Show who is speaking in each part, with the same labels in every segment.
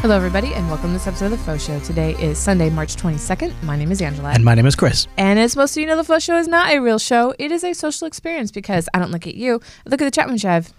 Speaker 1: Hello, everybody, and welcome to this episode of The Faux Show. Today is Sunday, March 22nd. My name is Angela.
Speaker 2: And my name is Chris.
Speaker 1: And as most of you know, The Faux Show is not a real show. It is a social experience because I don't look at you. I look at the chat window I have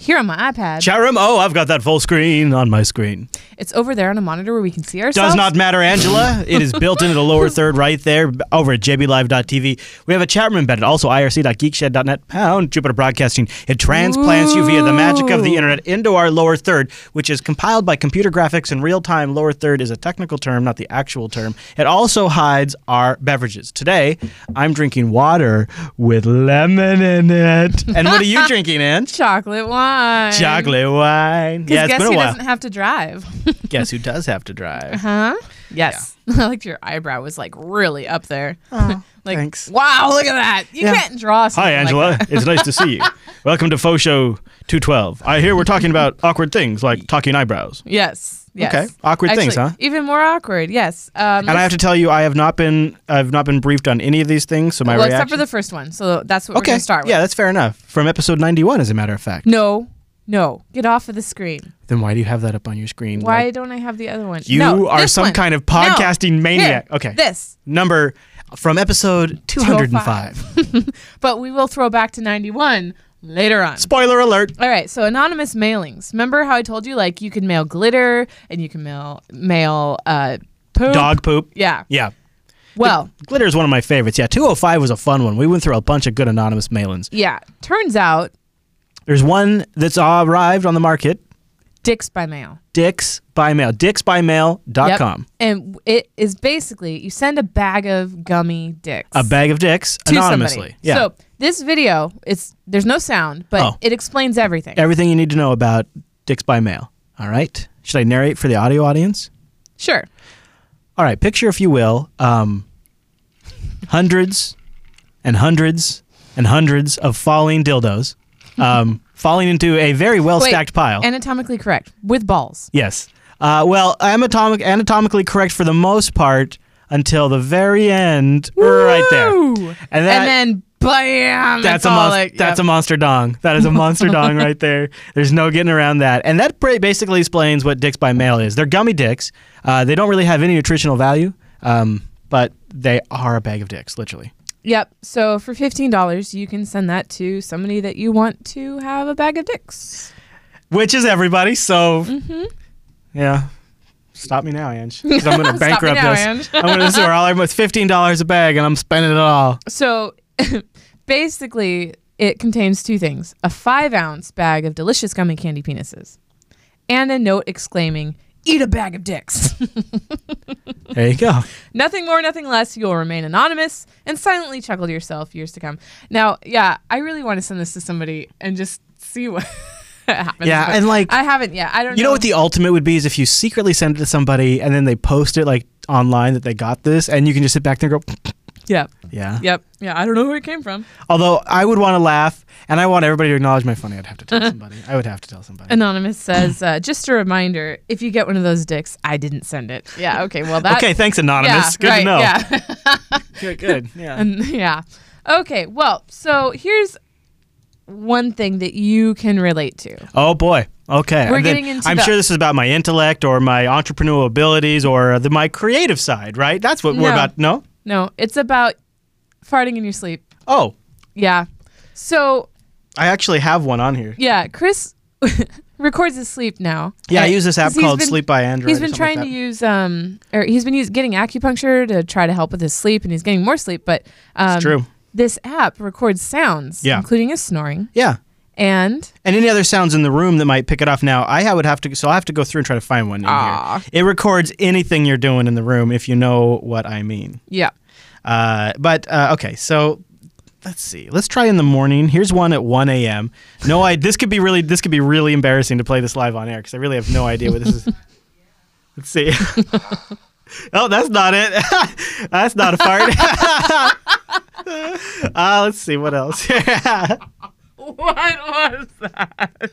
Speaker 1: here on my iPad.
Speaker 2: Chat room. Oh, I've got that full screen on my screen.
Speaker 1: it's over there on a monitor where we can see ourselves.
Speaker 2: Does not matter, Angela. it is built into the lower third right there over at jblive.tv. We have a chat room embedded. Also, irc.geekshed.net pound Jupiter Broadcasting. It transplants you via the magic of the
Speaker 1: Ooh.
Speaker 2: internet into our lower third, which is compiled by computer graphics in real time. Lower third is a technical term, not the actual term. It also hides our beverages. Today, I'm drinking water with lemon in it. And what are you drinking, Ange?
Speaker 1: chocolate wine.
Speaker 2: Chocolate wine.
Speaker 1: Because
Speaker 2: Yeah, it's
Speaker 1: guess
Speaker 2: been a
Speaker 1: who
Speaker 2: while.
Speaker 1: doesn't have to drive?
Speaker 2: Guess who does have to drive?
Speaker 1: huh? Yes. I liked your eyebrow was like really up there. like,
Speaker 2: Oh, thanks.
Speaker 1: wow, look at that. You
Speaker 2: Yeah.
Speaker 1: can't draw something
Speaker 2: Hi,
Speaker 1: like
Speaker 2: Angela.
Speaker 1: that.
Speaker 2: it's nice to see you. Welcome to Faux Show 212. I hear we're talking about awkward things like talking eyebrows.
Speaker 1: Yes. Yes.
Speaker 2: Okay. Awkward things,
Speaker 1: Actually,
Speaker 2: huh?
Speaker 1: Even more awkward. Yes. Um,
Speaker 2: And I have to tell you, I have not been I've not been briefed on any of these things. So my
Speaker 1: well,
Speaker 2: reaction.
Speaker 1: except for the first one. So that's what we're
Speaker 2: okay.
Speaker 1: going to start with.
Speaker 2: Yeah, that's fair enough. From episode 91, as a matter of fact.
Speaker 1: No, no. Get off of the screen.
Speaker 2: Then why do you have that up on your screen?
Speaker 1: Why
Speaker 2: Like,
Speaker 1: don't I have the other one?
Speaker 2: you
Speaker 1: No,
Speaker 2: are
Speaker 1: this
Speaker 2: some
Speaker 1: one.
Speaker 2: kind of
Speaker 1: No.
Speaker 2: podcasting
Speaker 1: Here,
Speaker 2: maniac. okay.
Speaker 1: This.
Speaker 2: Number from episode 205.
Speaker 1: But we will throw back to 91 later on.
Speaker 2: Spoiler alert.
Speaker 1: All right, so anonymous mailings. Remember how I told you like you can mail glitter and you can mail mail uh poop.
Speaker 2: Dog poop.
Speaker 1: Yeah.
Speaker 2: Yeah.
Speaker 1: Well,
Speaker 2: Glitter is one of my favorites. Yeah, 205 was a fun one. We went through a bunch of good anonymous mail ins.
Speaker 1: yeah. Turns out
Speaker 2: There's one that's arrived on the market,
Speaker 1: dicks by mail.
Speaker 2: Dicks by Mail, dicksbymail.com.
Speaker 1: Yep.
Speaker 2: com.
Speaker 1: And it is basically you send a bag of gummy dicks.
Speaker 2: A bag of dicks
Speaker 1: to somebody.
Speaker 2: anonymously. Yeah.
Speaker 1: So this video, it's there's no sound, but
Speaker 2: Oh.
Speaker 1: it explains everything.
Speaker 2: Everything you need to know about Dicks by Mail. All right. Should I narrate for the audio audience?
Speaker 1: sure.
Speaker 2: All right. Picture, if you will, um, hundreds and hundreds and hundreds of falling dildos um, falling into a very well
Speaker 1: Wait,
Speaker 2: stacked pile.
Speaker 1: Anatomically correct with balls.
Speaker 2: Yes. Uh, well, anatomic, anatomically correct for the most part until the very end, Er, right there.
Speaker 1: Woo!
Speaker 2: And, that,
Speaker 1: and then bam.
Speaker 2: that's,
Speaker 1: it's
Speaker 2: a
Speaker 1: all
Speaker 2: monster.
Speaker 1: like-
Speaker 2: that's
Speaker 1: yep.
Speaker 2: a monster dong. That is a monster dong right there. There's no getting around that. And that pra- basically explains what dicks by mail is. They're gummy dicks. Uh, they don't really have any nutritional value, um, but they are a bag of dicks, literally.
Speaker 1: Yep. So for fifteen dollars, you can send that to somebody that you want to have a bag of dicks.
Speaker 2: Which is everybody. So,
Speaker 1: Mm-hmm.
Speaker 2: yeah. Stop me now, Ange. 'cause I'm going to
Speaker 1: Stop me
Speaker 2: bankrupt
Speaker 1: now,
Speaker 2: us.
Speaker 1: Ange.
Speaker 2: I'm going to swear all I'm fifteen dollars a bag, and I'm spending it all.
Speaker 1: So basically, it contains two things: a five-ounce bag of delicious gummy candy penises, and a note exclaiming, "Eat a bag of dicks."
Speaker 2: There you go.
Speaker 1: nothing more, nothing less. You'll remain anonymous and silently chuckle to yourself years to come. Now, yeah, I really want to send this to somebody and just see what happens.
Speaker 2: Yeah,
Speaker 1: but
Speaker 2: and, like,
Speaker 1: I haven't yet. I don't.
Speaker 2: You know
Speaker 1: know
Speaker 2: what the ultimate would be is if you secretly send it to somebody and then they post it like online that they got this, and you can just sit back there and go, "Mm,
Speaker 1: Yep.
Speaker 2: yeah.
Speaker 1: Yep. Yeah. I don't know where it came from.
Speaker 2: Although I would want to laugh, and I want everybody to acknowledge my funny. I'd have to tell somebody. I would have to tell somebody.
Speaker 1: Anonymous says, uh, just a reminder, if you get one of those dicks, I didn't send it. Yeah, okay, well that
Speaker 2: okay, thanks,
Speaker 1: yeah,
Speaker 2: anonymous. good
Speaker 1: right,
Speaker 2: to know.
Speaker 1: Yeah.
Speaker 2: Good, good. Yeah.
Speaker 1: And- yeah. Okay, well, so here's one thing that you can relate to.
Speaker 2: oh boy. Okay.
Speaker 1: We're
Speaker 2: And then
Speaker 1: getting into
Speaker 2: I'm
Speaker 1: the-
Speaker 2: sure this is about my intellect or my entrepreneurial abilities or the, my creative side, right? That's what we're
Speaker 1: No.
Speaker 2: about. No.
Speaker 1: No, it's about farting in your sleep.
Speaker 2: Oh,
Speaker 1: Yeah. So,
Speaker 2: I actually have one on here.
Speaker 1: yeah, Chris records his sleep now.
Speaker 2: Yeah,
Speaker 1: Uh,
Speaker 2: I use this app
Speaker 1: 'cause he's
Speaker 2: called
Speaker 1: been-
Speaker 2: Sleep by Android.
Speaker 1: He's
Speaker 2: or
Speaker 1: been
Speaker 2: something like
Speaker 1: trying to
Speaker 2: that.
Speaker 1: use, um, or he's been use, getting acupuncture to try to help with his sleep, and he's getting more sleep. But um,
Speaker 2: true.
Speaker 1: This app records sounds,
Speaker 2: Yeah.
Speaker 1: including his snoring,
Speaker 2: Yeah.
Speaker 1: and
Speaker 2: And any other sounds in the room that might pick it off now, I would have to. So I have to go through and try to find one in
Speaker 1: Aw.
Speaker 2: here. It records anything you're doing in the room if you know what I mean.
Speaker 1: yeah,
Speaker 2: Uh, but uh, okay, so let's see. Let's try in the morning. Here's one at 1 a.m. No, I. This could be really. This could be really embarrassing to play this live on air because I really have no idea what this is. let's see. oh, that's not it. that's not a fart. uh, let's see what else.
Speaker 1: What was that?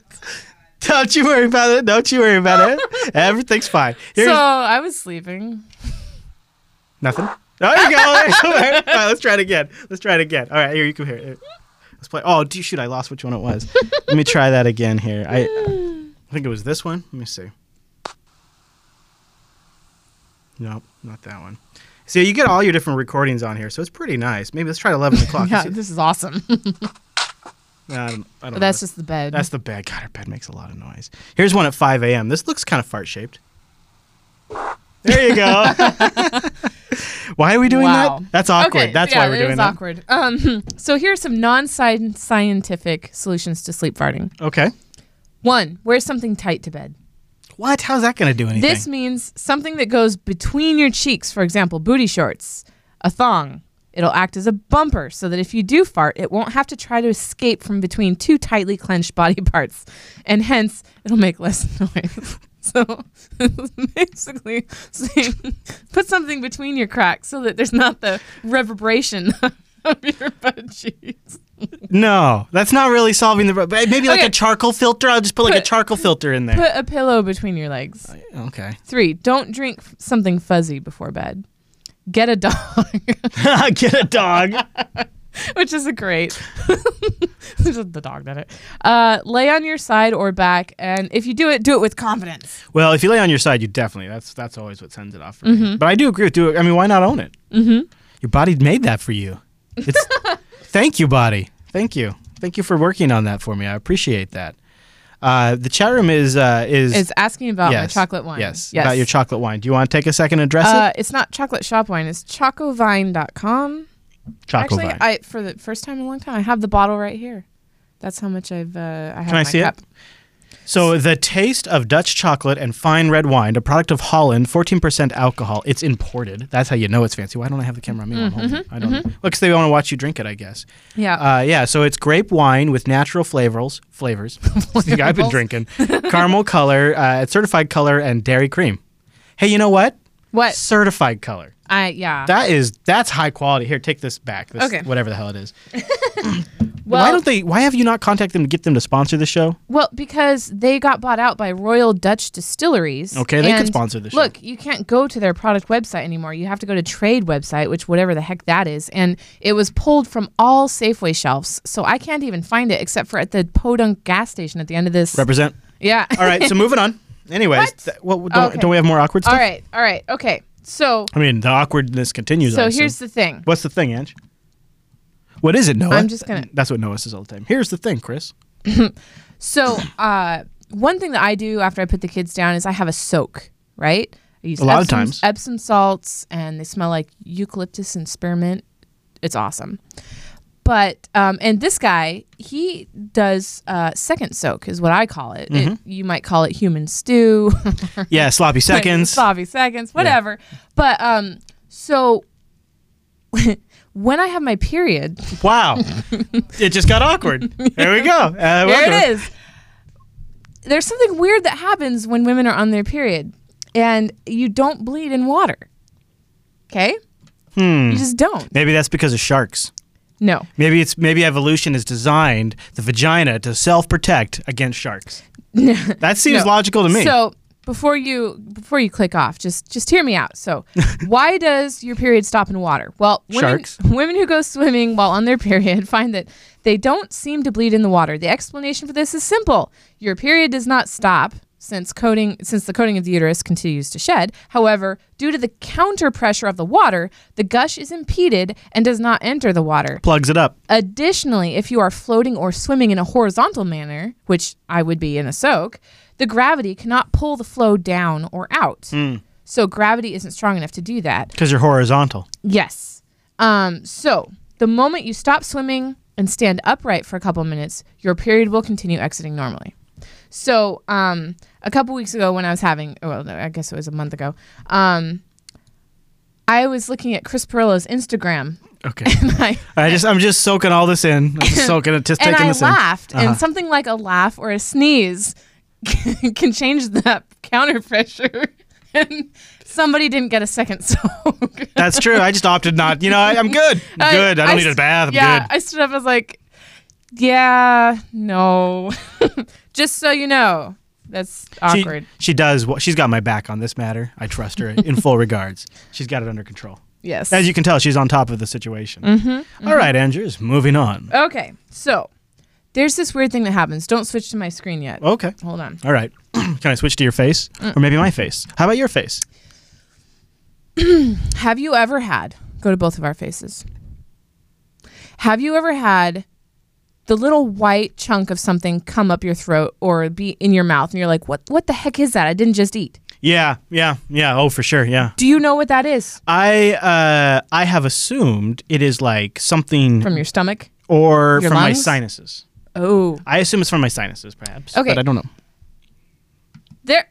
Speaker 2: Don't you worry about it. Don't you worry about it. Everything's fine. Here's
Speaker 1: so I was sleeping.
Speaker 2: nothing. There you go. All right, let's try it again. Let's try it again. All right, here you can hear it. Let's play. Oh, do shoot, I lost which one it was. Let me try that again here. I, I think it was this one. Let me see. Nope, not that one. So you get all your different recordings on here, so it's pretty nice. Maybe let's try 11 o'clock.
Speaker 1: Yeah,
Speaker 2: Let's see-
Speaker 1: this is awesome.
Speaker 2: I don't, I don't know.
Speaker 1: but that's just the bed.
Speaker 2: Uh, That's the bed. God, our bed makes a lot of noise. Here's one at 5 a.m. This looks kind of fart shaped. There you go. Why are we doing
Speaker 1: Wow.
Speaker 2: that? That's awkward.
Speaker 1: Okay,
Speaker 2: That's
Speaker 1: yeah,
Speaker 2: why we're doing
Speaker 1: It is
Speaker 2: that.
Speaker 1: awkward. Um, so here are some non-scientific solutions to sleep farting.
Speaker 2: Okay.
Speaker 1: One, wear something tight to bed.
Speaker 2: What? How's that going to do anything?
Speaker 1: This means something that goes between your cheeks, for example, booty shorts, a thong. It'll act as a bumper so that if you do fart, it won't have to try to escape from between two tightly clenched body parts, and hence it'll make less noise. So basically, saying, put something between your cracks so that there's not the reverberation of your butt cheeks.
Speaker 2: no, that's not really solving the. pro- but Maybe like
Speaker 1: Okay.
Speaker 2: a charcoal filter. I'll just put like a
Speaker 1: Put-
Speaker 2: charcoal filter in there.
Speaker 1: Put a pillow between your legs.
Speaker 2: okay.
Speaker 1: Three, don't drink f- something fuzzy before bed. Get a dog.
Speaker 2: Get a dog.
Speaker 1: which is a great. the dog did it. Uh, lay on your side or back, and if you do it, do it with confidence.
Speaker 2: Well, if you lay on your side, you definitely. That's that's always what sends it off for
Speaker 1: Mm-hmm.
Speaker 2: me. But I do agree with do. it- I mean, why not own it? Mm-hmm. Your body made that for you. It's thank you, body. Thank you. Thank you for working on that for me. I appreciate that. Uh, the chat room is uh, is
Speaker 1: It's asking about
Speaker 2: yes,
Speaker 1: my chocolate wine.
Speaker 2: Yes, about your chocolate wine. Do you want to take a second and address
Speaker 1: Uh, it's not chocolate shop wine. It's chocovine.com.
Speaker 2: it?
Speaker 1: Actually,
Speaker 2: Chocolate wine.
Speaker 1: I for the first time in a long time, I have the bottle right here. That's how much I've. Uh, I have
Speaker 2: Can I
Speaker 1: my
Speaker 2: see
Speaker 1: cup.
Speaker 2: it? So the taste of Dutch chocolate and fine red wine, a product of Holland, 14% alcohol. It's imported. That's how you know it's fancy. Why don't I have the camera on me? while I'm
Speaker 1: Mm-hmm,
Speaker 2: holding it? I don't. Well, because they want to watch you drink it, I guess.
Speaker 1: Yeah.
Speaker 2: Uh, yeah, so it's grape wine with natural flavors. Flavors. Think I've
Speaker 1: Flavors.
Speaker 2: been drinking. Caramel color, uh, it's certified color, and dairy cream. Hey, you know what?
Speaker 1: what?
Speaker 2: Certified color.
Speaker 1: I yeah.
Speaker 2: That is that's high quality. Here, take this back. This,
Speaker 1: Okay.
Speaker 2: Whatever the hell it is.
Speaker 1: well,
Speaker 2: why don't they? Why have you not contacted them to get them to sponsor the show?
Speaker 1: Well, because they got bought out by Royal Dutch Distilleries.
Speaker 2: Okay, they could
Speaker 1: and
Speaker 2: sponsor the show.
Speaker 1: Look, you can't go to their product website anymore. You have to go to trade website, which whatever the heck that is. And it was pulled from all Safeway shelves, so I can't even find it except for at the Podunk gas station at the end of this.
Speaker 2: Represent.
Speaker 1: yeah.
Speaker 2: All right. So moving on. Anyways,
Speaker 1: What?
Speaker 2: th- well, don't,
Speaker 1: Okay.
Speaker 2: don't we have more awkward stuff?
Speaker 1: all right. All right. Okay. So,
Speaker 2: I mean, the awkwardness continues. I
Speaker 1: so
Speaker 2: assume.
Speaker 1: here's the thing.
Speaker 2: what's the thing, Ange? What is it, Noah?
Speaker 1: I'm just gonna-
Speaker 2: That's what Noah says all the time. Here's the thing, Chris.
Speaker 1: So, uh, one thing that I do after I put the kids down is I have a soak, right? I use
Speaker 2: A lot of
Speaker 1: Epsom-
Speaker 2: times.
Speaker 1: Epsom salts, and they smell like eucalyptus and spearmint. It's awesome. But um, and this guy, he does uh, second soak is what I call it.
Speaker 2: Mm-hmm.
Speaker 1: It- You might call it human stew,
Speaker 2: Yeah, sloppy seconds.
Speaker 1: sloppy seconds, whatever. But um, so when I have my period,
Speaker 2: Wow. it just got awkward. There we go. Uh,
Speaker 1: There
Speaker 2: welcome.
Speaker 1: it is. There's something weird that happens when women are on their period and you don't bleed in water. Okay? You just don't.
Speaker 2: Maybe that's because of sharks.
Speaker 1: No.
Speaker 2: Maybe it's maybe evolution has designed the vagina to self-protect against sharks. that seems
Speaker 1: No.
Speaker 2: logical to me.
Speaker 1: So before you before you click off, just just hear me out. So why does your period stop in water? Well, women,
Speaker 2: Sharks.
Speaker 1: women who go swimming while on their period find that they don't seem to bleed in the water. The explanation for this is simple. Your period does not stop since coating since the coating of the uterus continues to shed. However, due to the counter pressure of the water, the gush is impeded and does not enter the water.
Speaker 2: Plugs it up.
Speaker 1: Additionally, if you are floating or swimming in a horizontal manner, which I would be in a soak, the gravity cannot pull the flow down or out. So gravity isn't strong enough to do that.
Speaker 2: Because you're horizontal.
Speaker 1: Yes. Um, so the moment you stop swimming and stand upright for a couple minutes, your period will continue exiting normally. So um, a couple weeks ago, when I was having, oh, well, no, I guess it was a month ago, um, I was looking at Chris Perillo's Instagram.
Speaker 2: Okay.
Speaker 1: And I,
Speaker 2: I just I'm just soaking all this in. I'm just soaking it, just
Speaker 1: and
Speaker 2: taking
Speaker 1: I
Speaker 2: this
Speaker 1: laughed,
Speaker 2: Uh-huh.
Speaker 1: and something like a laugh or a sneeze can change that counter pressure. and somebody didn't get a second soak.
Speaker 2: in. That's true. I just opted not. You know, I, I'm good. I'm good. I, don't need a
Speaker 1: st-
Speaker 2: bath. I'm
Speaker 1: Uh, yeah,
Speaker 2: good.
Speaker 1: I stood up. I was like, "Yeah, no." Just so you know, that's
Speaker 2: She-
Speaker 1: awkward.
Speaker 2: She, does. wha- She's got my back on this matter. I trust her in full regards. She's got it under control.
Speaker 1: yes.
Speaker 2: As you can tell, she's on top of the situation. Mm-hmm, right, Andrews, moving on.
Speaker 1: okay, so there's this weird thing that happens. Don't switch to my screen yet.
Speaker 2: Okay.
Speaker 1: Hold on. Mm.
Speaker 2: All right. can I switch to your face? Or maybe my face? How about your face?
Speaker 1: Have you ever had, go to both of our faces. Have you ever had the little white chunk of something come up your throat or be in your mouth and you're like, what, what the heck is that? I didn't just eat.
Speaker 2: Yeah, yeah, yeah. Oh, for sure. Yeah.
Speaker 1: Do you know what that is
Speaker 2: I uh, I have assumed it is like something
Speaker 1: from your stomach?
Speaker 2: or
Speaker 1: your
Speaker 2: from my
Speaker 1: lungs?
Speaker 2: sinuses.
Speaker 1: Oh,
Speaker 2: I assume it's from my sinuses, perhaps.
Speaker 1: Okay.
Speaker 2: But I don't know.
Speaker 1: there.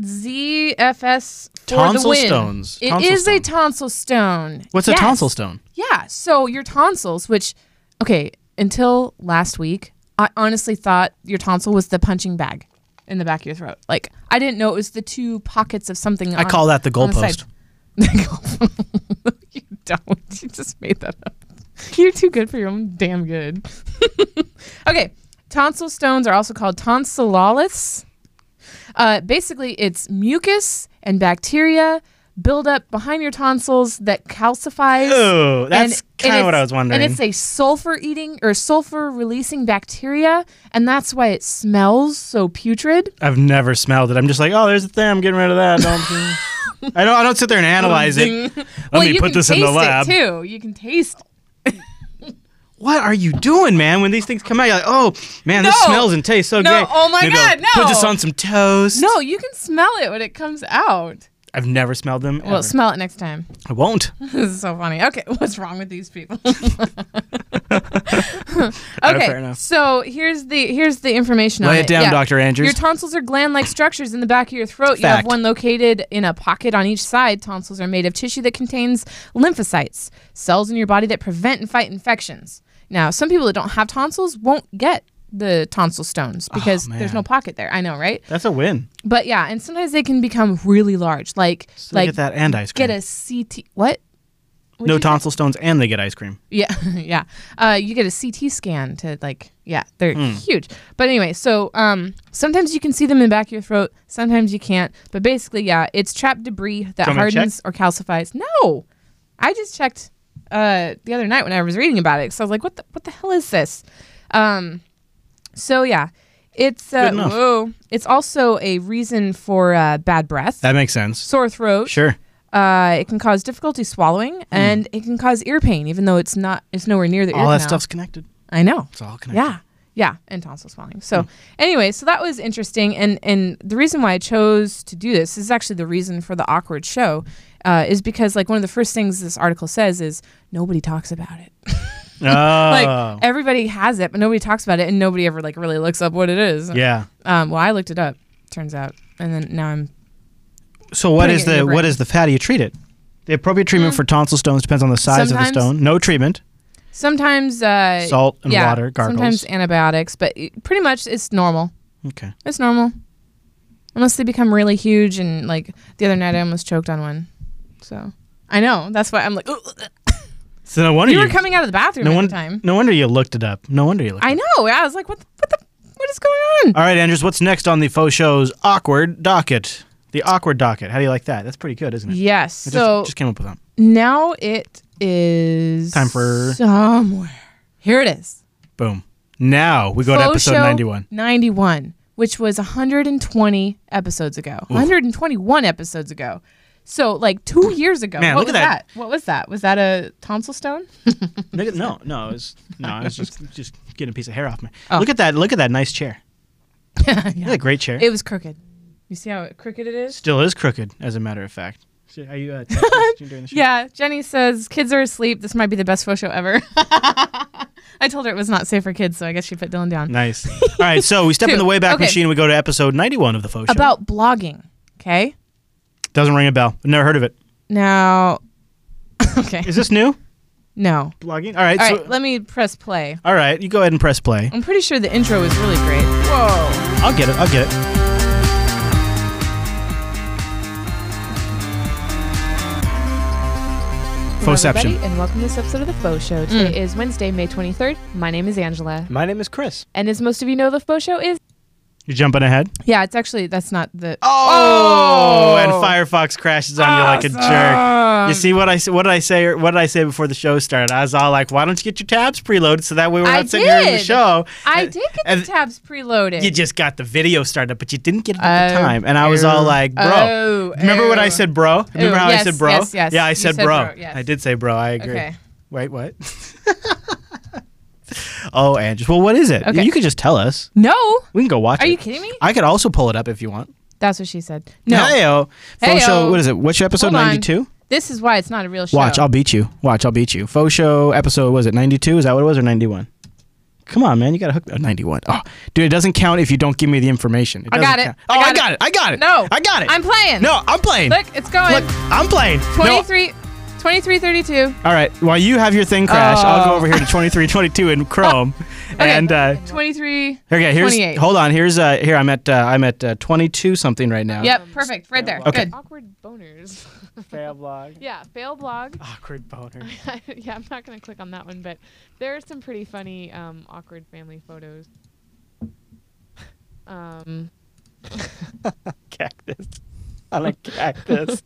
Speaker 1: ZFS for the
Speaker 2: Tonsil
Speaker 1: win.
Speaker 2: stones.
Speaker 1: It is
Speaker 2: Tonsil
Speaker 1: a
Speaker 2: stone.
Speaker 1: tonsil stone.
Speaker 2: What's
Speaker 1: Yes.
Speaker 2: a tonsil stone?
Speaker 1: Yeah. So your tonsils, which, okay, until last week, I honestly thought your tonsil was the punching bag in the back of your throat. Like I didn't know it was the two pockets of something.
Speaker 2: I call that the
Speaker 1: on the side.
Speaker 2: goalpost.
Speaker 1: you don't. You just made that up. You're too good for your own damn good. okay. Tonsil stones are also called tonsillalis. Uh, basically, it's mucus and bacteria build up behind your tonsils that calcifies.
Speaker 2: Oh,
Speaker 1: And-
Speaker 2: that's
Speaker 1: and
Speaker 2: kind of what
Speaker 1: it's-
Speaker 2: I was wondering.
Speaker 1: And it's a sulfur eating or sulfur releasing bacteria, and that's why it smells so putrid.
Speaker 2: I've never smelled it. I'm just like, oh, there's a thing. I'm getting rid of that. Don't I don't. I don't sit there and analyze it. Let
Speaker 1: well,
Speaker 2: me
Speaker 1: you
Speaker 2: put
Speaker 1: can
Speaker 2: this in
Speaker 1: taste
Speaker 2: the lab.
Speaker 1: it too. You can taste.
Speaker 2: What are you doing, man? When these things come out, you're like, oh man, this
Speaker 1: No.
Speaker 2: smells and tastes so
Speaker 1: No,
Speaker 2: great.
Speaker 1: oh my
Speaker 2: Maybe I'll
Speaker 1: God, no.
Speaker 2: Put this on some toast.
Speaker 1: No, you can smell it when it comes out.
Speaker 2: I've never smelled them.
Speaker 1: Well,
Speaker 2: ever.
Speaker 1: smell it next time.
Speaker 2: I won't.
Speaker 1: This is so funny. Okay, what's wrong with these people?
Speaker 2: right,
Speaker 1: okay,
Speaker 2: fair enough.
Speaker 1: so here's the here's the information. on
Speaker 2: Lay it down,
Speaker 1: Yeah.
Speaker 2: Doctor Andrews.
Speaker 1: Your tonsils are gland-like structures in the back of your throat. You have
Speaker 2: Fact.
Speaker 1: one located in a pocket on each side. Tonsils are made of tissue that contains lymphocytes, cells in your body that prevent and fight infections. Now, some people that don't have tonsils won't get the tonsil stones because there's
Speaker 2: Oh, man.
Speaker 1: no pocket there. I know, right?
Speaker 2: That's a win.
Speaker 1: But yeah, and sometimes they can become really large. Like
Speaker 2: So
Speaker 1: like
Speaker 2: they get that and ice cream.
Speaker 1: get a CT. What? What'd
Speaker 2: no
Speaker 1: you say?
Speaker 2: tonsil stones, and they get ice cream.
Speaker 1: Yeah, yeah. Uh, you get a CT scan to like, yeah, they're
Speaker 2: Hmm.
Speaker 1: huge. But anyway, so um, sometimes you can see them in the back of your throat, sometimes you can't. But basically, yeah, it's trapped debris that
Speaker 2: Do you want me to check?
Speaker 1: hardens or calcifies. No, I just checked uh, the other night when I was reading about it. So I was like, what the what the hell is this? Um, so yeah, it's uh,
Speaker 2: Good enough.
Speaker 1: whoa. It's also a reason for uh, bad breath,
Speaker 2: That makes sense.
Speaker 1: sore throat.
Speaker 2: Sure.
Speaker 1: Uh, it can cause difficulty swallowing, and it can cause ear pain, even though it's not. It's nowhere near the ear
Speaker 2: Hmm. All that
Speaker 1: canal.
Speaker 2: stuff's connected.
Speaker 1: I know.
Speaker 2: It's all Hmm. connected.
Speaker 1: Yeah, yeah, and tonsil swelling. So anyway, so that was interesting, and and the reason why I chose to do this is actually the reason for the awkward show, uh, is because like one of the first things this article says is nobody talks about it.
Speaker 2: Oh.
Speaker 1: Like everybody has it, but nobody talks about it, and nobody ever like really looks up what it is.
Speaker 2: yeah.
Speaker 1: Um, well, I looked it up, turns out, and then now I'm
Speaker 2: So what
Speaker 1: Putting
Speaker 2: is
Speaker 1: it in
Speaker 2: the
Speaker 1: your
Speaker 2: what
Speaker 1: brain. Mm.
Speaker 2: is the how do you treat it? The appropriate treatment for tonsil stones depends on the size of
Speaker 1: Sometimes-
Speaker 2: the stone. No treatment.
Speaker 1: sometimes uh,
Speaker 2: Salt and
Speaker 1: yeah,
Speaker 2: water, gargles.
Speaker 1: Sometimes antibiotics, but it- pretty much it's normal.
Speaker 2: Okay.
Speaker 1: It's normal. Unless they become really huge and like the other night I almost choked on one. So I know. That's why I'm like
Speaker 2: So no wonder
Speaker 1: you
Speaker 2: you,
Speaker 1: were coming out of the bathroom
Speaker 2: no
Speaker 1: at
Speaker 2: one,
Speaker 1: the time.
Speaker 2: No wonder you looked it up. No wonder you looked.
Speaker 1: I
Speaker 2: it up.
Speaker 1: know. I was like, what the what the what is going on?
Speaker 2: All right, Andrews. What's next on the faux show's awkward docket? The awkward docket. How do you like that? That's pretty good, isn't it?
Speaker 1: Yes.
Speaker 2: I just,
Speaker 1: So
Speaker 2: just came up with that.
Speaker 1: now it is
Speaker 2: Time for-
Speaker 1: somewhere. Here it is.
Speaker 2: Boom. Now we go to
Speaker 1: Faux
Speaker 2: episode
Speaker 1: show
Speaker 2: ninety one.
Speaker 1: 91, which was 120 episodes ago. 121 episodes ago. So like two years ago.
Speaker 2: Man,
Speaker 1: what
Speaker 2: look at
Speaker 1: was
Speaker 2: that.
Speaker 1: What was that? Was that a tonsil stone?
Speaker 2: Look at- no, no, it was, no, I was just just getting a piece of hair off me.
Speaker 1: Oh.
Speaker 2: Look at that! Look at that nice chair. Isn't that a great chair?
Speaker 1: It was crooked. You see how crooked it is?
Speaker 2: Still is crooked, as a matter of fact. So Are you uh, texting during the show?
Speaker 1: Yeah. Jenny says kids are asleep. This might be the best faux show ever. I told her it was not safe for kids, so I guess she put Dylan down.
Speaker 2: Nice. All right, so we step in the
Speaker 1: Two.
Speaker 2: Wayback
Speaker 1: Okay.
Speaker 2: Machine. We go to episode 91 of the Faux Show.
Speaker 1: About blogging. Okay.
Speaker 2: Doesn't ring a bell. Never heard of it.
Speaker 1: Now. okay.
Speaker 2: Is this new?
Speaker 1: No.
Speaker 2: Blogging? All right.
Speaker 1: All
Speaker 2: so,
Speaker 1: right. Let me press play.
Speaker 2: all right, you go ahead and press play.
Speaker 1: I'm pretty sure the intro is really great. Whoa.
Speaker 2: I'll get it. I'll get it. Fauxception.
Speaker 3: everybody, and welcome to this episode of The Faux Show. Today is Wednesday, May 23rd. My name is Angela.
Speaker 2: My name is Chris.
Speaker 3: And as most of you know, The Faux Show is
Speaker 2: You're jumping ahead.
Speaker 1: Yeah, it's actually that's not the.
Speaker 2: Oh, and Firefox crashes on you like a jerk. You
Speaker 1: Awesome.
Speaker 2: see what I s- what did I say or what did I say before the show started? I was all like, "Why don't you get your tabs preloaded so that way we're
Speaker 1: I
Speaker 2: not sitting here in the
Speaker 1: did.
Speaker 2: show?"
Speaker 1: I
Speaker 2: And-
Speaker 1: did get
Speaker 2: and
Speaker 1: the tabs preloaded.
Speaker 2: You just got the video started, but you didn't get it at the
Speaker 1: Oh,
Speaker 2: time. And I was all
Speaker 1: ew.
Speaker 2: like, "Bro,
Speaker 1: Oh,
Speaker 2: remember when I
Speaker 1: ew.
Speaker 2: said bro? Remember
Speaker 1: Ew,
Speaker 2: how I
Speaker 1: yes,
Speaker 2: said bro?
Speaker 1: yes, yes.
Speaker 2: Yeah, I
Speaker 1: You
Speaker 2: said,
Speaker 1: said
Speaker 2: bro.
Speaker 1: bro, yes.
Speaker 2: I did say bro. I agree.
Speaker 1: Okay.
Speaker 2: Wait, what? oh, Andrews. Well, what is it?
Speaker 1: Okay.
Speaker 2: You could just tell us.
Speaker 1: No,
Speaker 2: We can go watch
Speaker 1: are
Speaker 2: it.
Speaker 1: you kidding me?
Speaker 2: I could also pull it up if you want.
Speaker 1: That's what she said. No,
Speaker 2: Heyo. Faux
Speaker 1: Heyo.
Speaker 2: show. What is it? Which episode?
Speaker 1: Hold on.
Speaker 2: 92?
Speaker 1: this is why it's not a real show.
Speaker 2: Watch. I'll beat you. Watch. I'll beat you. Faux show episode. Was it 92? Is that what it was or 91? Come on, man. You got to hook me. Oh, 91. Oh, dude, it doesn't count if you don't give me the information.
Speaker 1: I
Speaker 2: doesn't
Speaker 1: got it.
Speaker 2: count.
Speaker 1: I
Speaker 2: Oh, I
Speaker 1: got
Speaker 2: got it. I got it.
Speaker 1: No,
Speaker 2: I got it.
Speaker 1: I'm playing.
Speaker 2: No, I'm playing.
Speaker 1: look, it's going.
Speaker 2: Look, I'm playing. No,
Speaker 1: 23, 2332.
Speaker 2: all right. While you have your thing crash, I'll
Speaker 1: Oh.
Speaker 2: go over here to 2322 in Chrome. And uh,
Speaker 1: 23.
Speaker 2: okay, here's
Speaker 1: 28.
Speaker 2: hold on. Here's uh, here I'm at uh, I'm at uh, 22 something right now.
Speaker 1: Yep, perfect. Right there.
Speaker 2: Okay.
Speaker 1: Good.
Speaker 3: Awkward boners.
Speaker 2: Fablog.
Speaker 3: yeah, fail blog.
Speaker 2: Awkward boner.
Speaker 3: yeah, I'm not gonna click on that one, but there are some pretty funny um, awkward family photos. Um,
Speaker 2: Cactus. I like cactus.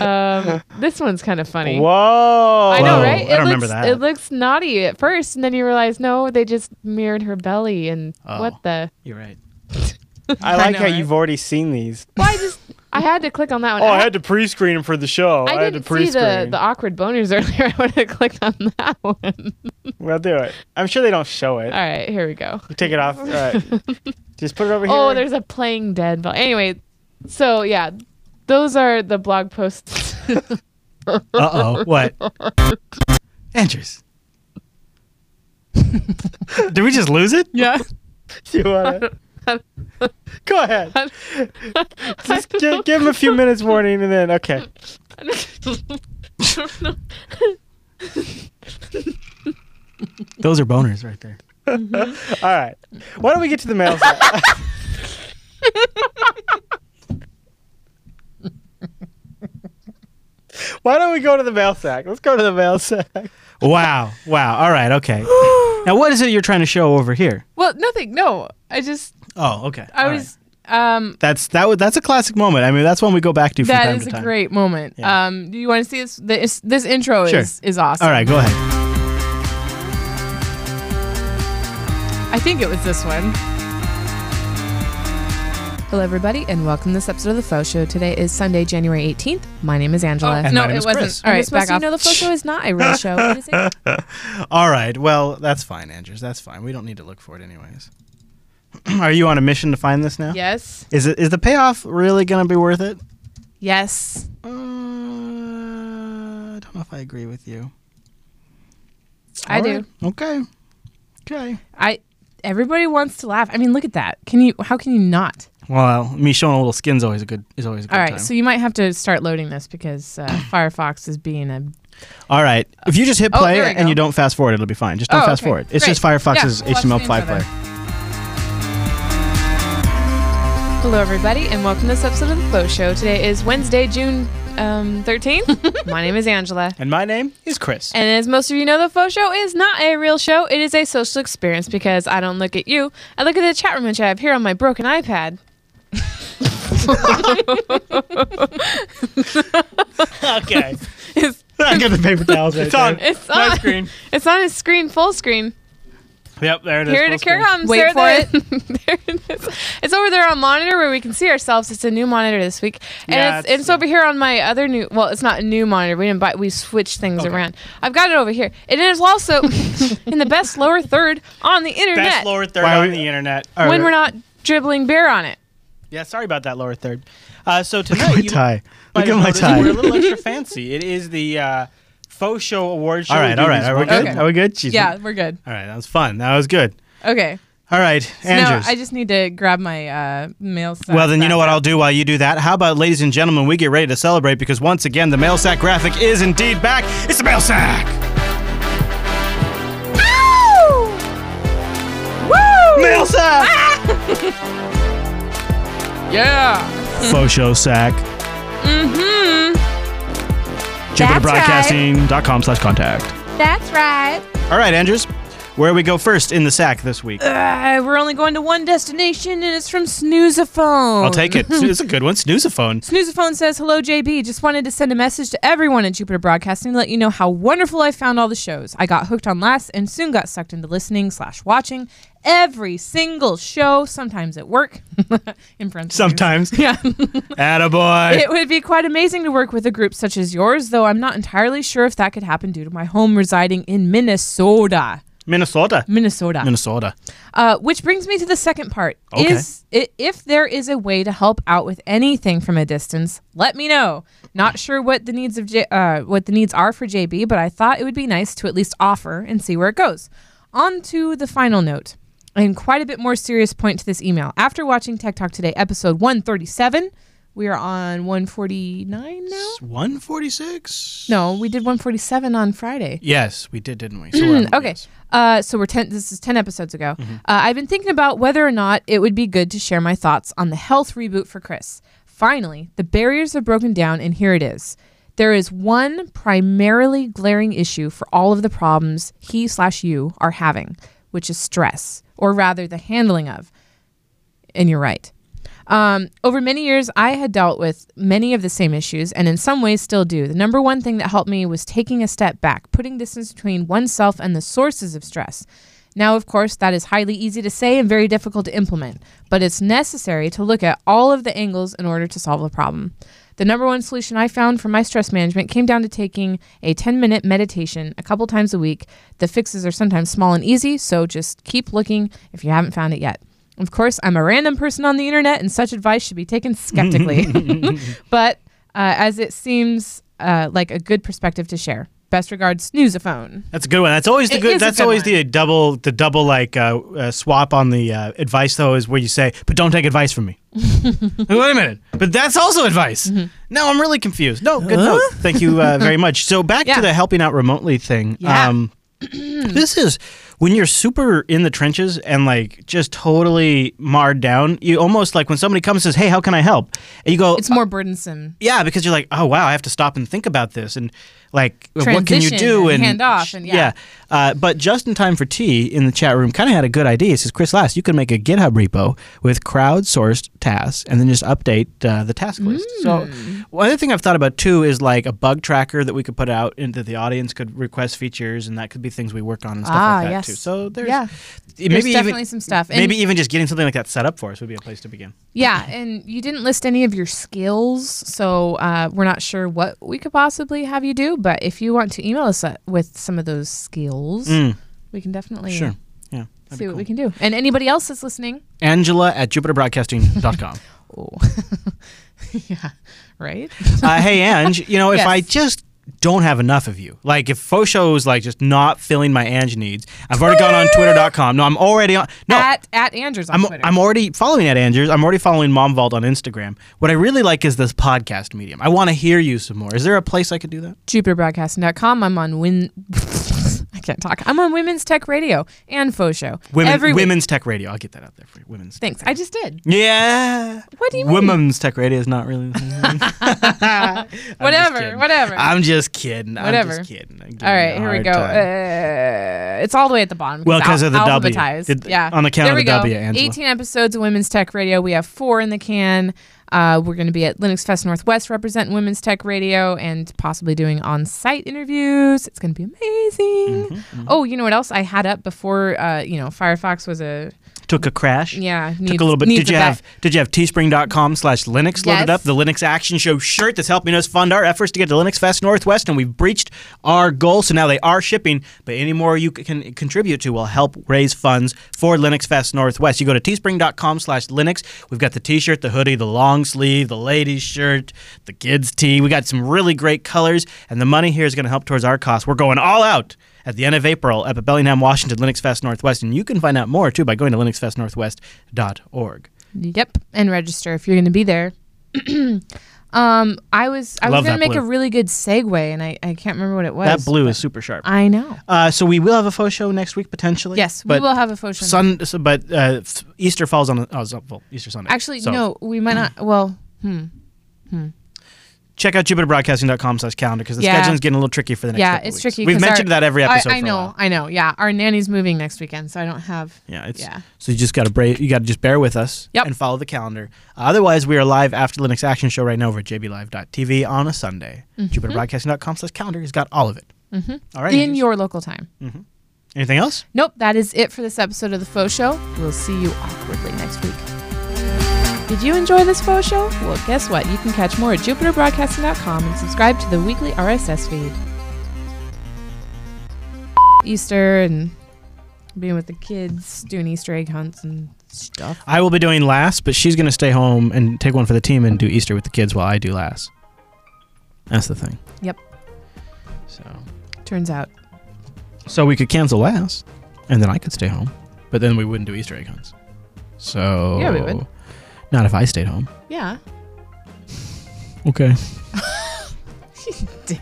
Speaker 3: um, this one's kind of funny.
Speaker 2: Whoa.
Speaker 3: I know, right?
Speaker 2: I don't
Speaker 3: looks,
Speaker 2: remember that.
Speaker 3: It looks naughty at first, and then you realize, no, they just mirrored her belly, and
Speaker 2: Oh.
Speaker 3: what the?
Speaker 2: You're right. I
Speaker 1: like know, how right? you've
Speaker 2: already seen these.
Speaker 3: Well, I just, Oh, I had to click on that one.
Speaker 2: Oh, to pre-screen them for the show.
Speaker 3: I didn't see the, the awkward boners earlier. I would have clicked on that one. All
Speaker 2: We'll do it. I'm sure they don't show it.
Speaker 3: right, here we go.
Speaker 2: Take it off. All right. Just put it over
Speaker 3: Oh, there's a playing dead. But anyway, so yeah, those are the blog posts.
Speaker 2: Uh oh. What? Andrews. Did we just lose it?
Speaker 1: Yeah.
Speaker 2: You wanna? Go ahead.
Speaker 3: Just give-
Speaker 2: give him a few minutes warning and then okay. Those are boners right there.
Speaker 4: All right. Why don't we get to the mail? slot? Why don't we go to the mail sack? Let's go to the mail sack.
Speaker 2: Wow. Wow. All right. Okay. now, what is it you're trying to show over here?
Speaker 1: Well, nothing. No, I just
Speaker 2: Oh, okay.
Speaker 1: I
Speaker 2: All right.
Speaker 1: was um
Speaker 2: That's that. Was, that's a classic moment. I mean, that's one we go back to from
Speaker 1: that
Speaker 2: time
Speaker 1: is
Speaker 2: to
Speaker 1: a
Speaker 2: time.
Speaker 1: great moment.
Speaker 2: Yeah.
Speaker 1: Um do you want to see this this this intro
Speaker 2: Sure.
Speaker 1: is is awesome.
Speaker 2: All right. Go ahead.
Speaker 1: I think it was this one.
Speaker 3: Oh.
Speaker 1: Hello, everybody, and welcome to this episode of The Faux Show. Today is Sunday, January 18th. My name is Angela.
Speaker 2: And
Speaker 1: no,
Speaker 2: my name
Speaker 1: it
Speaker 2: is
Speaker 1: wasn't.
Speaker 2: Chris.
Speaker 1: All
Speaker 3: I'm
Speaker 1: right,
Speaker 3: just supposed
Speaker 1: back
Speaker 3: to
Speaker 1: off.
Speaker 3: know The Faux Show
Speaker 1: is not a real show. What is it?
Speaker 2: All right. Well, that's fine, Andrews. That's fine. We don't need to look for it, anyways. Are you on a mission to find this now?
Speaker 1: yes.
Speaker 2: Is it is the payoff really going to be worth it?
Speaker 1: Yes.
Speaker 2: Uh, I don't know if I agree with you.
Speaker 1: I
Speaker 2: All
Speaker 1: do.
Speaker 2: right. Okay. Okay.
Speaker 1: I. Everybody wants to laugh. I mean, look at that. Can you? How can you not?
Speaker 2: Well, me showing a little skin's always a good is always a good
Speaker 1: All right.
Speaker 2: time.
Speaker 1: So you might have to start loading this because uh, Firefox is being a.
Speaker 2: All right. If you just hit
Speaker 1: Oh,
Speaker 2: play
Speaker 1: there we
Speaker 2: and
Speaker 1: go.
Speaker 2: you don't fast forward, it'll be fine. Just don't
Speaker 1: Oh,
Speaker 2: fast
Speaker 1: okay.
Speaker 2: forward. It's
Speaker 1: Great.
Speaker 2: just Firefox's
Speaker 1: Yeah, watch the
Speaker 2: HTML5
Speaker 1: intro
Speaker 2: player.
Speaker 3: Hello, everybody, and welcome to this episode of The Faux Show. Today is Wednesday, June um, 13th. My name is Angela.
Speaker 2: And my name is Chris.
Speaker 3: And as most of you know, the faux show is not a real show. It is a social experience because I don't look at you. I look at the chat room which I have here on my broken iPad.
Speaker 4: Okay.
Speaker 3: It's,
Speaker 2: I got the paper towels right
Speaker 4: It's on.
Speaker 3: it's
Speaker 4: My
Speaker 3: on
Speaker 4: screen.
Speaker 3: It's on his screen, full screen.
Speaker 4: Yep, there it is.
Speaker 3: Here it
Speaker 4: full
Speaker 3: here
Speaker 4: screen.
Speaker 3: it comes.
Speaker 1: Wait
Speaker 3: there
Speaker 1: for
Speaker 3: it is. there it is. It's over there on monitor where we can see ourselves. It's a new monitor this week, and
Speaker 4: Yeah,
Speaker 3: it's,
Speaker 4: it's-
Speaker 3: it's over here on my other new. Well, it's not a new monitor. We didn't buy. We switched things around. I've got it over here. It is also in the best lower third on the internet
Speaker 4: Best lower third
Speaker 2: Why
Speaker 4: on
Speaker 2: we-
Speaker 4: the internet.
Speaker 2: All
Speaker 3: when
Speaker 2: right.
Speaker 3: we're not dribbling beer on it.
Speaker 4: Yeah, sorry about that lower third. Uh, so
Speaker 2: Look at
Speaker 4: tonight,
Speaker 2: my
Speaker 4: you
Speaker 2: tie.
Speaker 4: might
Speaker 2: Look at
Speaker 4: have
Speaker 2: my
Speaker 4: noticed
Speaker 2: tie.
Speaker 4: We're a little extra fancy. It is the uh, faux show award show.
Speaker 2: All
Speaker 4: We
Speaker 2: right,
Speaker 4: do
Speaker 2: all right.
Speaker 4: these
Speaker 2: Are we
Speaker 4: once a
Speaker 2: good?
Speaker 1: Okay.
Speaker 2: Are we good? Jesus.
Speaker 1: Yeah, we're good.
Speaker 2: All right, that was fun. That was good.
Speaker 1: Okay.
Speaker 2: All right,
Speaker 1: So now
Speaker 2: Andrews.
Speaker 1: I just need to grab my uh, mail. stuff
Speaker 2: well, then you
Speaker 1: back
Speaker 2: know what
Speaker 1: up.
Speaker 2: I'll do while you do that. How about, ladies and gentlemen, we get ready to celebrate because once again, the mail sack graphic is indeed back. It's the mail
Speaker 1: Mm-hmm.
Speaker 2: sack.
Speaker 1: Woo!
Speaker 2: Mail sack.
Speaker 1: Yeah.
Speaker 2: Faux show sack.
Speaker 1: Mm-hmm. That's right.
Speaker 2: JupiterBroadcasting.com slash contact.
Speaker 1: That's right.
Speaker 2: All right, Andrews. Where we go first in the sack this week?
Speaker 1: Uh, we're only going to one destination, and it's from Snoozephone.
Speaker 2: I'll take it. It's a good one. Snoozephone.
Speaker 1: Snoozephone says, Hello, JB. Just wanted to send a message to everyone at Jupiter Broadcasting to let you know how wonderful I found all the shows. I got hooked on last and soon got sucked into listening slash watching every single show, sometimes at work. In parentheses.
Speaker 2: Sometimes.
Speaker 1: Yeah.
Speaker 2: Attaboy.
Speaker 1: It would be quite amazing to work with a group such as yours, though I'm not entirely sure if that could happen due to my home residing in Minnesota.
Speaker 2: Minnesota.
Speaker 1: Minnesota.
Speaker 2: Minnesota.
Speaker 1: Uh, which brings me to the second part.
Speaker 2: Okay.
Speaker 1: Is i- if there is a way to help out with anything from a distance, let me know. Not sure what the needs of J- uh, what the needs are for JB, but I thought it would be nice to at least offer and see where it goes. On to the final note. And quite a bit more serious point to this email. After watching Tech Talk today, episode 137, we are on 149 now?
Speaker 2: One forty-six.
Speaker 1: No, we did 147 on Friday.
Speaker 2: Yes, we did, didn't we? So we're on-
Speaker 1: Mm, Okay.
Speaker 2: yes.
Speaker 1: Uh, so we're ten. This is ten episodes ago. Uh, I've been thinking about whether or not it would be good to share my thoughts on the health reboot for Chris. Finally, the barriers are broken down, and here it is. There is one primarily glaring issue for all of the problems he slash you are having, which is stress, or rather, the handling of and you're right. Um, over many years, I had dealt with many of the same issues, and in some ways still do. The number one thing that helped me was taking a step back, putting distance between oneself and the sources of stress. Now, of course, that is highly easy to say and very difficult to implement, but it's necessary to look at all of the angles in order to solve the problem. The number one solution I found for my stress management came down to taking a 10 minute meditation a couple times a week. The fixes are sometimes small and easy, so just keep looking if you haven't found it yet. Of course, I'm a random person on the internet, and such advice should be taken skeptically. but uh, as it seems uh, like a good perspective to share. Best regards, Snoozephone.
Speaker 2: That's a good one. That's always the
Speaker 1: It
Speaker 2: good.
Speaker 1: is a
Speaker 2: that's
Speaker 1: good
Speaker 2: always
Speaker 1: one.
Speaker 2: the double, the double like uh, uh, swap on the uh, advice though is where you say, "But don't take advice from me." Like, Wait a minute, but that's also advice.
Speaker 1: Mm-hmm.
Speaker 2: No, I'm really confused. No, good note. Thank you uh, very much. So back
Speaker 1: Yeah.
Speaker 2: to the helping out remotely thing. um,
Speaker 1: Yeah.
Speaker 2: this is when you're super in the trenches and like just totally marred down. You almost like when somebody comes and says, "Hey, how can I help?" And you go,
Speaker 1: It's more burdensome.
Speaker 2: yeah, because you're like, oh wow, I have to stop and think about this, and like, what can you
Speaker 1: Transition
Speaker 2: do?
Speaker 1: and hand off and- yeah.
Speaker 2: Uh, but just in time for tea in the chat room kind of had a good idea. He says, Chris Last, you can make a GitHub repo with crowdsourced tasks, and then just update uh, the task list.
Speaker 1: Mm.
Speaker 2: So one other thing I've thought about too is like a bug tracker that we could put out and that the audience could request features, and that could be things we work on and stuff
Speaker 1: Ah,
Speaker 2: like that
Speaker 1: yes.
Speaker 2: too. So there's
Speaker 1: Yeah.
Speaker 2: maybe
Speaker 1: There's
Speaker 2: even-
Speaker 1: definitely some stuff. And-
Speaker 2: Maybe even just getting something like that set up for us would be a place to begin.
Speaker 1: Yeah, and you didn't list any of your skills, so uh, we're not sure what we could possibly have you do. But if you want to email us uh, with some of those skills, we can definitely
Speaker 2: Mm.
Speaker 1: uh,
Speaker 2: Sure. Yeah. that'd be
Speaker 1: see what
Speaker 2: cool.
Speaker 1: we can do. And anybody else that's listening,
Speaker 2: Angela at jupiterbroadcasting.com.
Speaker 1: oh, yeah, right.
Speaker 2: uh, hey, Ange, you know, if
Speaker 1: Yes.
Speaker 2: I just don't have enough of you, like if Fosho is like just not filling my Ange needs, I've already gone on twitter.com. No, I'm already on. No.
Speaker 1: At at Andrews on
Speaker 2: I'm,
Speaker 1: Twitter.
Speaker 2: I'm already following at Angers. I'm already following Mom Vault on Instagram. What I really like is this podcast medium. I want to hear you some more. Is there a place I could do that?
Speaker 1: JupiterBroadcasting.com. I'm on Win. I can't talk. I'm on Women's Tech Radio and Faux Show.
Speaker 2: Women,
Speaker 1: Every week.
Speaker 2: women's Tech Radio. I'll get that out there for you. Women's.
Speaker 1: Thanks. I just did.
Speaker 2: Yeah.
Speaker 1: What do you mean?
Speaker 2: Women's Tech Radio is not really.
Speaker 1: Whatever. Whatever.
Speaker 2: I'm just kidding. I'm
Speaker 1: Whatever.
Speaker 2: just kidding. I'm
Speaker 1: all right,
Speaker 2: giving
Speaker 1: here
Speaker 2: you a
Speaker 1: we
Speaker 2: hard
Speaker 1: go.
Speaker 2: time.
Speaker 1: Uh, it's all the way at the bottom.
Speaker 2: Well, 'cause
Speaker 1: al-
Speaker 2: of the W.
Speaker 1: alphabetized.
Speaker 2: Did-
Speaker 1: yeah,
Speaker 2: on account
Speaker 1: there
Speaker 2: of
Speaker 1: we
Speaker 2: the W,
Speaker 1: go.
Speaker 2: Angela.
Speaker 1: 18 episodes of Women's Tech Radio. We have four in the can. Uh, we're going to be at Linux Fest Northwest representing Women's Tech Radio and possibly doing on-site interviews. It's going to be
Speaker 2: Mm-hmm,
Speaker 1: amazing. Oh, you know what else I had up before? Uh, you know, Firefox was a
Speaker 2: Took a crash.
Speaker 1: Uh, yeah.
Speaker 2: took
Speaker 1: needs-
Speaker 2: a little bit.
Speaker 1: needs
Speaker 2: Did you
Speaker 1: a bet.
Speaker 2: have did you have teespring.com slash Linux
Speaker 1: Yes.
Speaker 2: loaded up? The Linux Action Show shirt that's helping us fund our efforts to get to Linux Fest Northwest, and we've breached our goal. So now they are shipping, but any more you c- can contribute to will help raise funds for Linux Fest Northwest. You go to teespring.com slash Linux. We've got the t-shirt, the hoodie, the long sleeve, the ladies shirt, the kids tee. We got some really great colors, and the money here is going to help towards our costs. We're going all out at the end of April up at Bellingham, Washington, Linux Fest Northwest. And you can find out more too by going to linuxfestnorthwest.org.
Speaker 1: Yep, and register if you're going to be there. um, I was I was
Speaker 2: Love
Speaker 1: going to
Speaker 2: that
Speaker 1: make a
Speaker 2: blue.
Speaker 1: really good segue, and I, I can't remember what it was.
Speaker 2: That blue is super sharp.
Speaker 1: I know.
Speaker 2: Uh, so we will have a faux show next week potentially.
Speaker 1: Yes, we
Speaker 2: but
Speaker 1: will have a faux show.
Speaker 2: Sun, so- but uh, f- Easter falls on oh, so- well, Easter Sunday.
Speaker 1: Actually,
Speaker 2: So
Speaker 1: no, we might not. Well, hmm.
Speaker 2: check out jupiterbroadcasting.com slash calendar because the
Speaker 1: Yeah.
Speaker 2: scheduling's getting a little tricky for the next
Speaker 1: Yeah,
Speaker 2: couple
Speaker 1: it's
Speaker 2: weeks.
Speaker 1: tricky
Speaker 2: We've
Speaker 1: 'cause our-
Speaker 2: mentioned that every
Speaker 1: I,
Speaker 2: episode.
Speaker 1: I
Speaker 2: for a
Speaker 1: know,
Speaker 2: while.
Speaker 1: I know. Yeah, our nanny's moving next weekend, so I don't have.
Speaker 2: Yeah, it's
Speaker 1: Yeah.
Speaker 2: so you just got to brave. You got to just bear with us
Speaker 1: Yep.
Speaker 2: and follow the calendar. Otherwise, we are live after Linux Action Show right now over at jblive.tv on a Sunday. Jupiterbroadcasting.com slash calendar has got all of it. All right.
Speaker 1: Mm-hmm. in your local time.
Speaker 2: anything else?
Speaker 1: Nope, that is it for this episode of the Faux Show. We'll see you awkwardly next week. Did you enjoy this Faux Show? Well, guess what? You can catch more at jupiterbroadcasting.com and subscribe to the weekly RSS feed. Easter and being with the kids, doing Easter egg hunts and stuff.
Speaker 2: I will be doing last, but she's going to stay home and take one for the team and do Easter with the kids while I do last. That's the thing.
Speaker 1: Yep.
Speaker 2: So,
Speaker 1: Turns out.
Speaker 2: so we could cancel last, and then I could stay home, but then we wouldn't do Easter egg hunts. So
Speaker 1: Yeah, we would.
Speaker 2: Not if I stayed home.
Speaker 1: Yeah.
Speaker 2: Okay.
Speaker 1: Dick.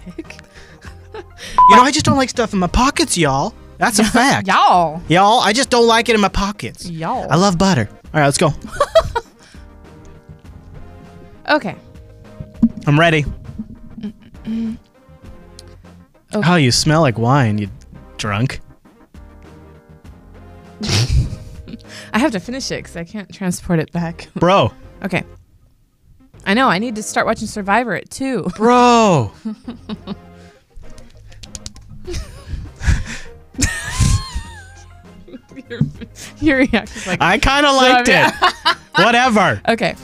Speaker 2: You know, I just don't like stuff in my pockets, y'all. That's a fact.
Speaker 1: Y'all.
Speaker 2: Y'all, I just don't like it in my pockets.
Speaker 1: Y'all.
Speaker 2: I love butter. All right, let's go.
Speaker 1: okay.
Speaker 2: I'm ready. Oh, you smell like wine, you drunk.
Speaker 1: I have to finish it because I can't transport it back.
Speaker 2: Bro.
Speaker 1: Okay. I know. I need to start watching Survivor at two.
Speaker 2: Bro.
Speaker 1: Your reaction is like,
Speaker 2: I kind of liked it. Whatever.
Speaker 1: okay.